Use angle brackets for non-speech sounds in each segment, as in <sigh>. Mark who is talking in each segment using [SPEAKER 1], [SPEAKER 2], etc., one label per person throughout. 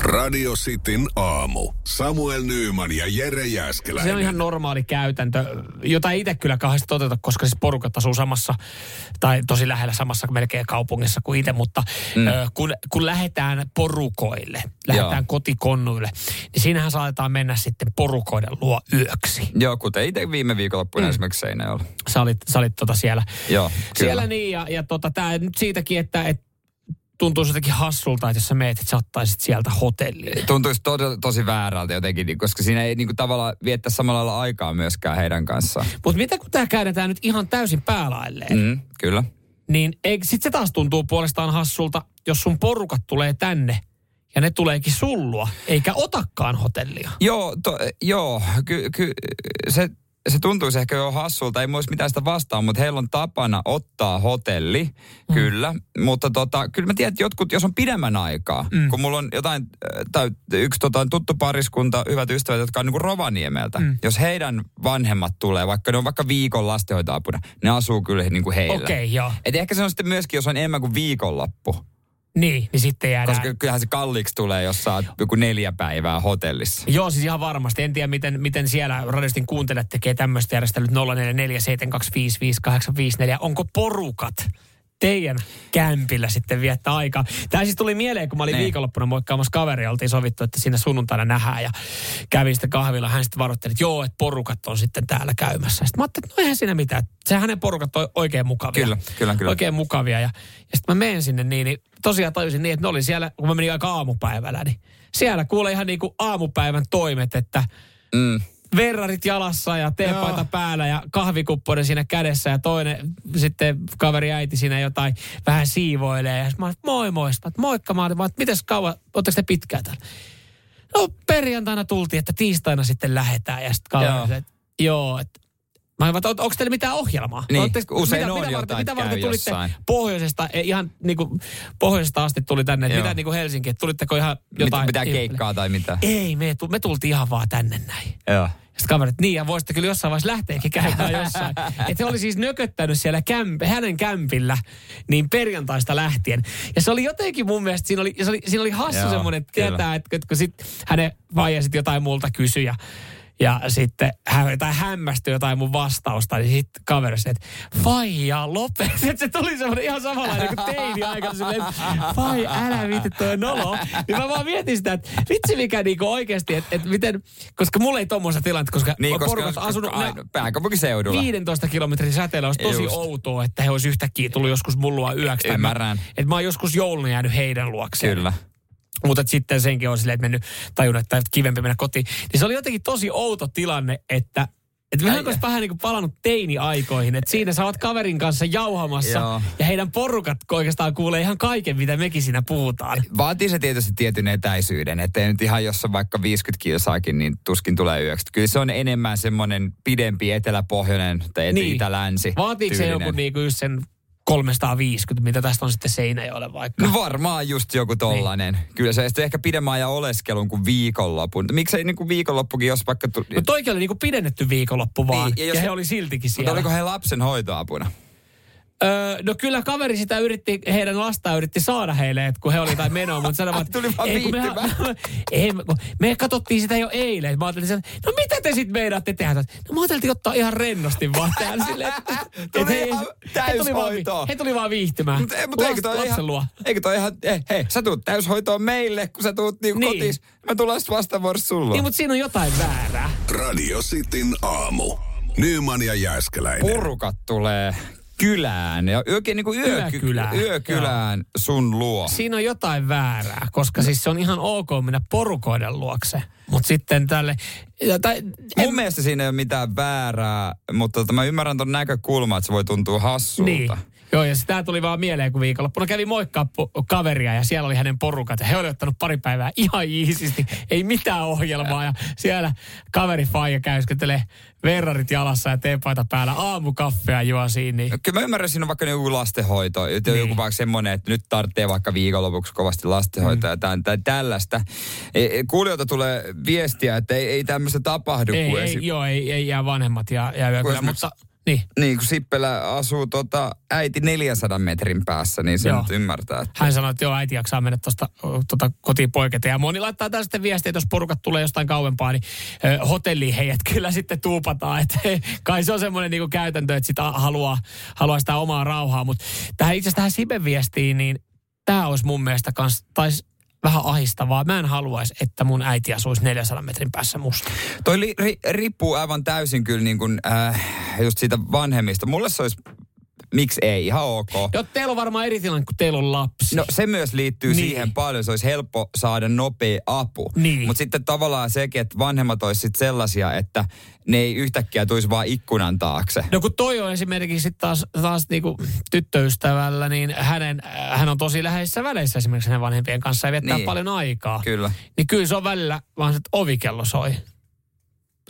[SPEAKER 1] Radio Cityn aamu. Samuel Nyyman ja Jere Jäskeläinen.
[SPEAKER 2] Se on ihan normaali käytäntö, jota ei itse kyllä kauheasti toteuta, koska siis porukat asuu samassa tai tosi lähellä samassa melkein kaupungissa kuin itse, mutta mm. ö, kun, kun lähdetään porukoille, lähdetään Joo. kotikonnuille, niin siinähän saatetaan mennä sitten porukoiden luo yöksi.
[SPEAKER 3] Joo, kuten itse viime viikonloppuna mm. esimerkiksi Seinäjoella.
[SPEAKER 2] Sä olit, sä olit tota siellä.
[SPEAKER 3] Joo, kyllä.
[SPEAKER 2] Siellä niin, ja, ja tota, tää nyt siitäkin, että et, tuntuu jotenkin hassulta, että jos sä meet, että sä ottaisit sieltä hotelliin.
[SPEAKER 3] Tuntuisi to, tosi väärältä jotenkin, koska siinä ei niinku tavallaan viettää samalla lailla aikaa myöskään heidän kanssaan.
[SPEAKER 2] Mutta mitä kun tämä käydetään nyt ihan täysin päälailleen?
[SPEAKER 3] Mm, kyllä.
[SPEAKER 2] Niin sitten se taas tuntuu puolestaan hassulta, jos sun porukat tulee tänne ja ne tuleekin sullua, eikä otakaan hotellia.
[SPEAKER 3] Joo, to, joo ky, ky, se, se tuntuisi ehkä jo hassulta, ei olisi mitään sitä vastaan, mutta heillä on tapana ottaa hotelli, mm. kyllä. Mutta tota, kyllä mä tiedän, että jotkut, jos on pidemmän aikaa, mm. kun mulla on jotain, äh, tai yksi tota, tuttu pariskunta, hyvät ystävät, jotka on niin kuin Rovaniemeltä, mm. jos heidän vanhemmat tulee, vaikka ne on vaikka viikon lastenhoitoapuna, ne asuu kyllä niin kuin heillä.
[SPEAKER 2] Okei, okay, joo.
[SPEAKER 3] Et ehkä se on sitten myöskin, jos on enemmän kuin viikonlappu.
[SPEAKER 2] Niin, niin sitten jäädään.
[SPEAKER 3] Koska kyllähän se kalliiksi tulee, jos sä oot joku neljä päivää hotellissa.
[SPEAKER 2] Joo, siis ihan varmasti. En tiedä, miten, miten siellä radistin kuuntelijat tekee tämmöistä järjestelyt 0447255854. Onko porukat teidän kämpillä sitten viettää aikaa. Tämä siis tuli mieleen, kun mä olin ne. viikonloppuna moikkaamassa kaveria, oltiin sovittu, että siinä sunnuntaina nähdään ja kävin sitten kahvilla. Hän sitten varoitteli, että joo, että porukat on sitten täällä käymässä. Sitten mä ajattelin, että no eihän siinä mitään. Se hänen porukat on oikein mukavia.
[SPEAKER 3] Kyllä, kyllä, kyllä.
[SPEAKER 2] Oikein mukavia. Ja, ja sitten mä menen sinne niin, niin tosiaan tajusin niin, että ne oli siellä, kun mä menin aika aamupäivällä, niin siellä kuulee ihan niin kuin aamupäivän toimet, että mm verrarit jalassa ja teepaita Joo. päällä ja kahvikupponen siinä kädessä ja toinen sitten kaveri äiti siinä jotain vähän siivoilee. Ja mä olin, moi moi, mä moikka, mä olin, mites kauan, ootteko te pitkään täällä? No perjantaina tultiin, että tiistaina sitten lähetään ja sitten kaveri, joo, että, joo, että Mä olin, onko teillä mitään ohjelmaa?
[SPEAKER 3] Niin,
[SPEAKER 2] Olette,
[SPEAKER 3] usein
[SPEAKER 2] mitä,
[SPEAKER 3] on
[SPEAKER 2] mitä varten, mitä varten tulitte
[SPEAKER 3] jossain.
[SPEAKER 2] pohjoisesta, ihan niin kuin, pohjoisesta asti tuli tänne, että mitä niin kuin Helsinki, että tulitteko ihan jotain? Eh.
[SPEAKER 3] Mit, mitään keikkaa tai mitä?
[SPEAKER 2] Ei, me, me tultiin ihan vaan tänne näin.
[SPEAKER 3] Joo.
[SPEAKER 2] Sitten kaverit, niin ja voisitte kyllä jossain vaiheessa lähteekin käymään jossain. Että he oli siis nököttänyt siellä kämp, hänen kämpillä niin perjantaista lähtien. Ja se oli jotenkin mun mielestä, siinä oli, se oli, siinä oli hassu Joo, semmoinen, että kyllä. tietää, että, että kun sit hänen vaija sitten jotain multa kysyi ja ja sitten hän, tai hämmästyi jotain mun vastausta, niin sitten kaveri että faija <laughs> lopetet. Se tuli semmoinen ihan samanlainen kuin teini aikana silleen, fai älä viitti toi nolo. Niin mä vaan mietin sitä, että vitsi mikä niinku oikeasti, että et miten, koska mulla ei tommoista tilannetta, koska niin, koska porukat koska asunut
[SPEAKER 3] aina, pääkaupunkiseudulla.
[SPEAKER 2] 15 kilometrin säteellä olisi tosi Just. outoa, että he olisi yhtäkkiä tullut joskus mullua yöksi.
[SPEAKER 3] Ymmärrän.
[SPEAKER 2] Että mä oon joskus jouluna jäänyt heidän luokseen.
[SPEAKER 3] Kyllä.
[SPEAKER 2] Mutta sitten senkin on silleen, että mennyt tajunnut, että kivempi mennä kotiin. Niin se oli jotenkin tosi outo tilanne, että että vähän olisi vähän niin kuin palannut teini-aikoihin, että siinä sä oot kaverin kanssa jauhamassa Joo. ja heidän porukat oikeastaan kuulee ihan kaiken, mitä mekin siinä puhutaan.
[SPEAKER 3] Vaatii se tietysti tietyn etäisyyden, ettei nyt ihan jos on vaikka 50 kilsaakin, niin tuskin tulee yöksi. Kyllä se on enemmän semmoinen pidempi eteläpohjoinen tai etelä- niin. itä-länsi.
[SPEAKER 2] Vaatiiko tyylinen. se joku niin kuin sen 350, mitä tästä on sitten Seinäjoelle vaikka.
[SPEAKER 3] No varmaan just joku tollanen. Niin. Kyllä se sitten ehkä pidemmän ajan oleskelun kuin viikonloppu. Miksei niin kuin viikonloppukin, jos vaikka... Tu-
[SPEAKER 2] no toikin oli niin kuin pidennetty viikonloppu vaan, niin, ja, jos ja he, he oli siltikin siellä.
[SPEAKER 3] Mutta oliko he lapsen hoitoapuna?
[SPEAKER 2] Öö, no kyllä kaveri sitä yritti, heidän lasta yritti saada heille, että kun he oli tai menoa, mutta sanoivat, että
[SPEAKER 3] tuli vaan
[SPEAKER 2] ei, kun mehän, ei, kun me katsottiin sitä jo eilen. Mä ajattelin, että no mitä te sitten meinaatte tehdä? No mä ajattelin ottaa ihan rennosti vaan tähän silleen.
[SPEAKER 3] tuli et, hei, he, tuli
[SPEAKER 2] vaan, he tuli vaan viihtymään.
[SPEAKER 3] Mut, ei, mut Last, eikö toi
[SPEAKER 2] lapsen ihan,
[SPEAKER 3] luo. Eikö toi ihan, hei, hei, sä tuut täyshoitoon meille, kun sä tuut niinku niin. kotiin. Mä tulen sitten vastavuorossa sulla.
[SPEAKER 2] Niin, mutta siinä on jotain väärää.
[SPEAKER 1] Radio Cityn aamu. Nyman ja Jääskeläinen.
[SPEAKER 3] Porukat tulee kylään, ja oikein niin kuin yö, yökylään, yökylään joo. sun luo.
[SPEAKER 2] Siinä on jotain väärää, koska no. siis se on ihan ok mennä porukoiden luokse. Mutta sitten tälle...
[SPEAKER 3] Tai, en... Mun mielestä siinä ei ole mitään väärää, mutta tota, mä ymmärrän ton näkökulman, että se voi tuntua hassulta. Niin.
[SPEAKER 2] Joo, ja sitä tuli vaan mieleen, kun viikonloppuna kävi moikkaa po- kaveria ja siellä oli hänen porukat. Ja he oli ottanut pari päivää ihan iisisti, ei mitään ohjelmaa. Ja siellä kaveri Faija käyskentelee verrarit jalassa ja teepaita päällä, aamukaffea juo siinä. Niin...
[SPEAKER 3] Kyllä mä ymmärrän, siinä on vaikka joku lastenhoito, joku niin. joku vaikka semmoinen, että nyt tarvitsee vaikka viikonlopuksi kovasti lastenhoitoa mm. ja tämän, tämän, tällaista. E, Kuulijoilta tulee viestiä, että ei, ei tämmöistä tapahdu.
[SPEAKER 2] Ei, ei, esi... joo, ei, ei jää vanhemmat ja, ja yökylä, mutta... Niin.
[SPEAKER 3] Niin, kun Sippelä asuu tota, äiti 400 metrin päässä, niin se
[SPEAKER 2] Joo.
[SPEAKER 3] nyt ymmärtää. Että...
[SPEAKER 2] Hän sanoi, että joo, äiti jaksaa mennä tuosta tota, kotiin poiketa. Ja moni laittaa tästä sitten viestiä, että jos porukat tulee jostain kauempaa, niin ö, hotelliin heidät kyllä sitten tuupataan. Et, <laughs> kai se on semmoinen niinku käytäntö, että sitä haluaa, haluaa sitä omaa rauhaa. Mutta tähän itse asiassa tähän Siben viestiin, niin tämä olisi mun mielestä kans, tais vähän ahistavaa. Mä en haluaisi, että mun äiti asuisi 400 metrin päässä musta.
[SPEAKER 3] Toi li, ri, riippuu aivan täysin kyllä niin kuin, äh, just siitä vanhemmista. Mulle se olisi, miksi ei, ihan ok.
[SPEAKER 2] Joo, teillä on varmaan eri tilanne, kun teillä on lapsi.
[SPEAKER 3] No se myös liittyy
[SPEAKER 2] Niin.
[SPEAKER 3] niin. siihen paljon, se olisi helppo saada nopea apu.
[SPEAKER 2] Niin.
[SPEAKER 3] Mutta sitten tavallaan sekin, että vanhemmat olisi sit sellaisia, että ne ei yhtäkkiä tulisi vaan ikkunan taakse.
[SPEAKER 2] No kun toi on esimerkiksi sit taas, taas niinku tyttöystävällä, niin hänen, äh, hän on tosi läheisissä väleissä esimerkiksi hänen vanhempien kanssa ja viettää niin.
[SPEAKER 3] Niin.
[SPEAKER 2] paljon aikaa. Ky-
[SPEAKER 3] Kyllä.
[SPEAKER 2] niin kyllä se on välillä vaan se, että ovikello soi.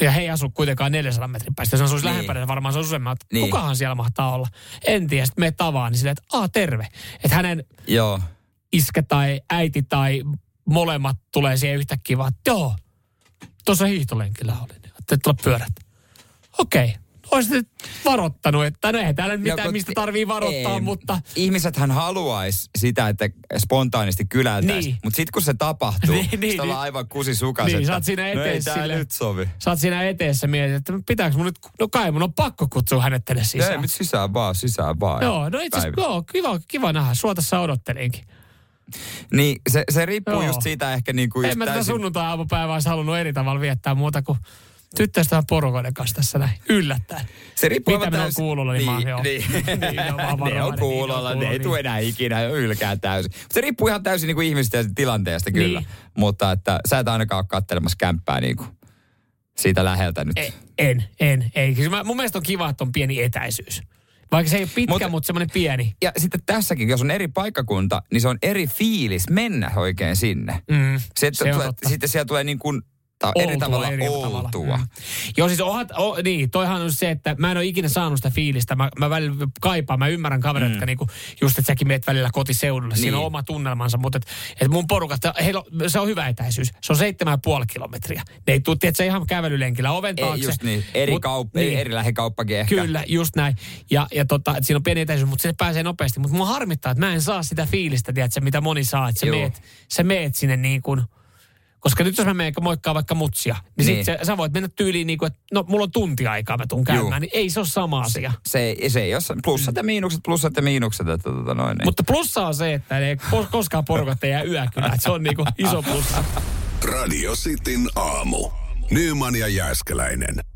[SPEAKER 2] Ja he ei asu kuitenkaan 400 metrin päästä. Se on niin.
[SPEAKER 3] Niin.
[SPEAKER 2] lähempänä, varmaan se on useammat. Niin.
[SPEAKER 3] Niin.
[SPEAKER 2] Kukahan siellä mahtaa olla? En tiedä. Sitten me tavaan, niin silleen, että aa terve. Että hänen
[SPEAKER 3] Joo.
[SPEAKER 2] iskä tai äiti tai molemmat tulee siihen yhtäkkiä vaan, että joo, tuossa hiihtolenkillä olin. Ajattelin tulla pyörät. Okei. Olisit varottanut, että no ei täällä nyt
[SPEAKER 3] No,
[SPEAKER 2] mitään,
[SPEAKER 3] kun-
[SPEAKER 2] mistä tarvii varottaa,
[SPEAKER 3] ei.
[SPEAKER 2] mutta
[SPEAKER 3] Ihmisethän haluaisi sitä, että spontaanisti kyläiltäisiin.
[SPEAKER 2] Niin.
[SPEAKER 3] Niin. Mutta sitten kun se tapahtuu,
[SPEAKER 2] Niin, <laughs> niin,
[SPEAKER 3] niin, niin,
[SPEAKER 2] niin.
[SPEAKER 3] sitten ollaan aivan kusi sukas,
[SPEAKER 2] Niin,
[SPEAKER 3] että
[SPEAKER 2] sä oot siinä
[SPEAKER 3] no ei
[SPEAKER 2] eteen
[SPEAKER 3] tää
[SPEAKER 2] sillä-
[SPEAKER 3] nyt sovi.
[SPEAKER 2] sä oot siinä eteessä mietit, että pitääkö mun nyt, no kai mun on pakko kutsua hänet tänne
[SPEAKER 3] Sisään. Ei,
[SPEAKER 2] sisään.
[SPEAKER 3] mutta sisään vaan, sisään vaan.
[SPEAKER 2] Joo, no itse asiassa,
[SPEAKER 3] Päivä.
[SPEAKER 2] joo, kiva, kiva nähdä. Sua tässä odottelinkin.
[SPEAKER 3] Niin, se, se riippuu
[SPEAKER 2] Joo.
[SPEAKER 3] joo. just siitä ehkä niin kuin
[SPEAKER 2] En
[SPEAKER 3] just
[SPEAKER 2] mä tätä
[SPEAKER 3] täysin...
[SPEAKER 2] sunnuntai-aamupäivää olisi halunnut eri tavalla viettää muuta kuin tyttöystävän porukoiden kanssa tässä näin. Yllättäen.
[SPEAKER 3] Se riippuu
[SPEAKER 2] Mitä
[SPEAKER 3] aivan
[SPEAKER 2] minä on
[SPEAKER 3] täysin-
[SPEAKER 2] kuulolla, niin mä oon- joo.
[SPEAKER 3] niin,
[SPEAKER 2] <laughs> Niin,
[SPEAKER 3] niin.
[SPEAKER 2] ne on vaan
[SPEAKER 3] ne
[SPEAKER 2] varovainen,
[SPEAKER 3] on kuulolla,
[SPEAKER 2] niin, ne on
[SPEAKER 3] ne ei
[SPEAKER 2] kuulolla,
[SPEAKER 3] tule enää ikinä ja ylkää täysin. Se riippuu ihan täysin niin kuin ihmisestä ja tilanteesta kyllä.
[SPEAKER 2] Niin.
[SPEAKER 3] Mutta että sä et ainakaan ole katselemassa kämppää niin kuin siitä läheltä nyt.
[SPEAKER 2] E- En, en, ei. Siis mä, mun mielestä on kiva, että on pieni etäisyys. Vaikka se ei ole pitkä,
[SPEAKER 3] Mut-
[SPEAKER 2] mutta mut semmoinen pieni.
[SPEAKER 3] Ja sitten tässäkin, jos on eri paikkakunta, niin se on eri fiilis mennä oikein sinne.
[SPEAKER 2] Mm,
[SPEAKER 3] Sitten,
[SPEAKER 2] se on
[SPEAKER 3] tulee,
[SPEAKER 2] totta.
[SPEAKER 3] sitten siellä tulee niin kuin ta- eri tavalla oltua.
[SPEAKER 2] Mm. Joo, siis ohat, o, niin, toihan on se, että mä en ole ikinä saanut sitä fiilistä. Mä, mä välillä kaipaan, mä ymmärrän kavereita, mm. jotka niinku, just että säkin meet välillä kotiseudulle. Niin. Siinä
[SPEAKER 3] Niin.
[SPEAKER 2] on oma tunnelmansa, mutta et, et mun porukat, heillä on, se on hyvä etäisyys. Se on seitsemän ja puoli kilometriä. Ne ei tule, tiedätkö, ihan kävelylenkillä oven taakse.
[SPEAKER 3] Ei, just niin. Eri,
[SPEAKER 2] Mut-
[SPEAKER 3] Mut, kaup- niin. eri lähekauppakin ehkä.
[SPEAKER 2] Kyllä, just näin. Ja, ja tota, et siinä on pieni etäisyys, mutta se pääsee nopeasti. Mutta mua harmittaa, että mä en saa sitä fiilistä, tiedätkö, mitä moni saa. Että sä
[SPEAKER 3] Joo.
[SPEAKER 2] meet, sä meet sinne niin kuin, koska nyt jos mä menen moikkaa vaikka mutsia, niin, niin.
[SPEAKER 3] Niin.
[SPEAKER 2] Sit sä, sä, voit mennä tyyliin niin kuin, että no mulla on tunti aikaa, mä tuun käymään.
[SPEAKER 3] Juu.
[SPEAKER 2] Niin ei se ole sama asia.
[SPEAKER 3] Se, ei- se ei ole se- plussat ja
[SPEAKER 2] Mm.
[SPEAKER 3] miinukset, plussat ja miinukset. Että, tota noin, niin.
[SPEAKER 2] Mutta plussa on se, että ei kos- koskaan porukat ei jää yökylään. Et Se on niin kuin iso plussa.
[SPEAKER 1] Radio Cityn aamu. Nyman ja Jääskeläinen.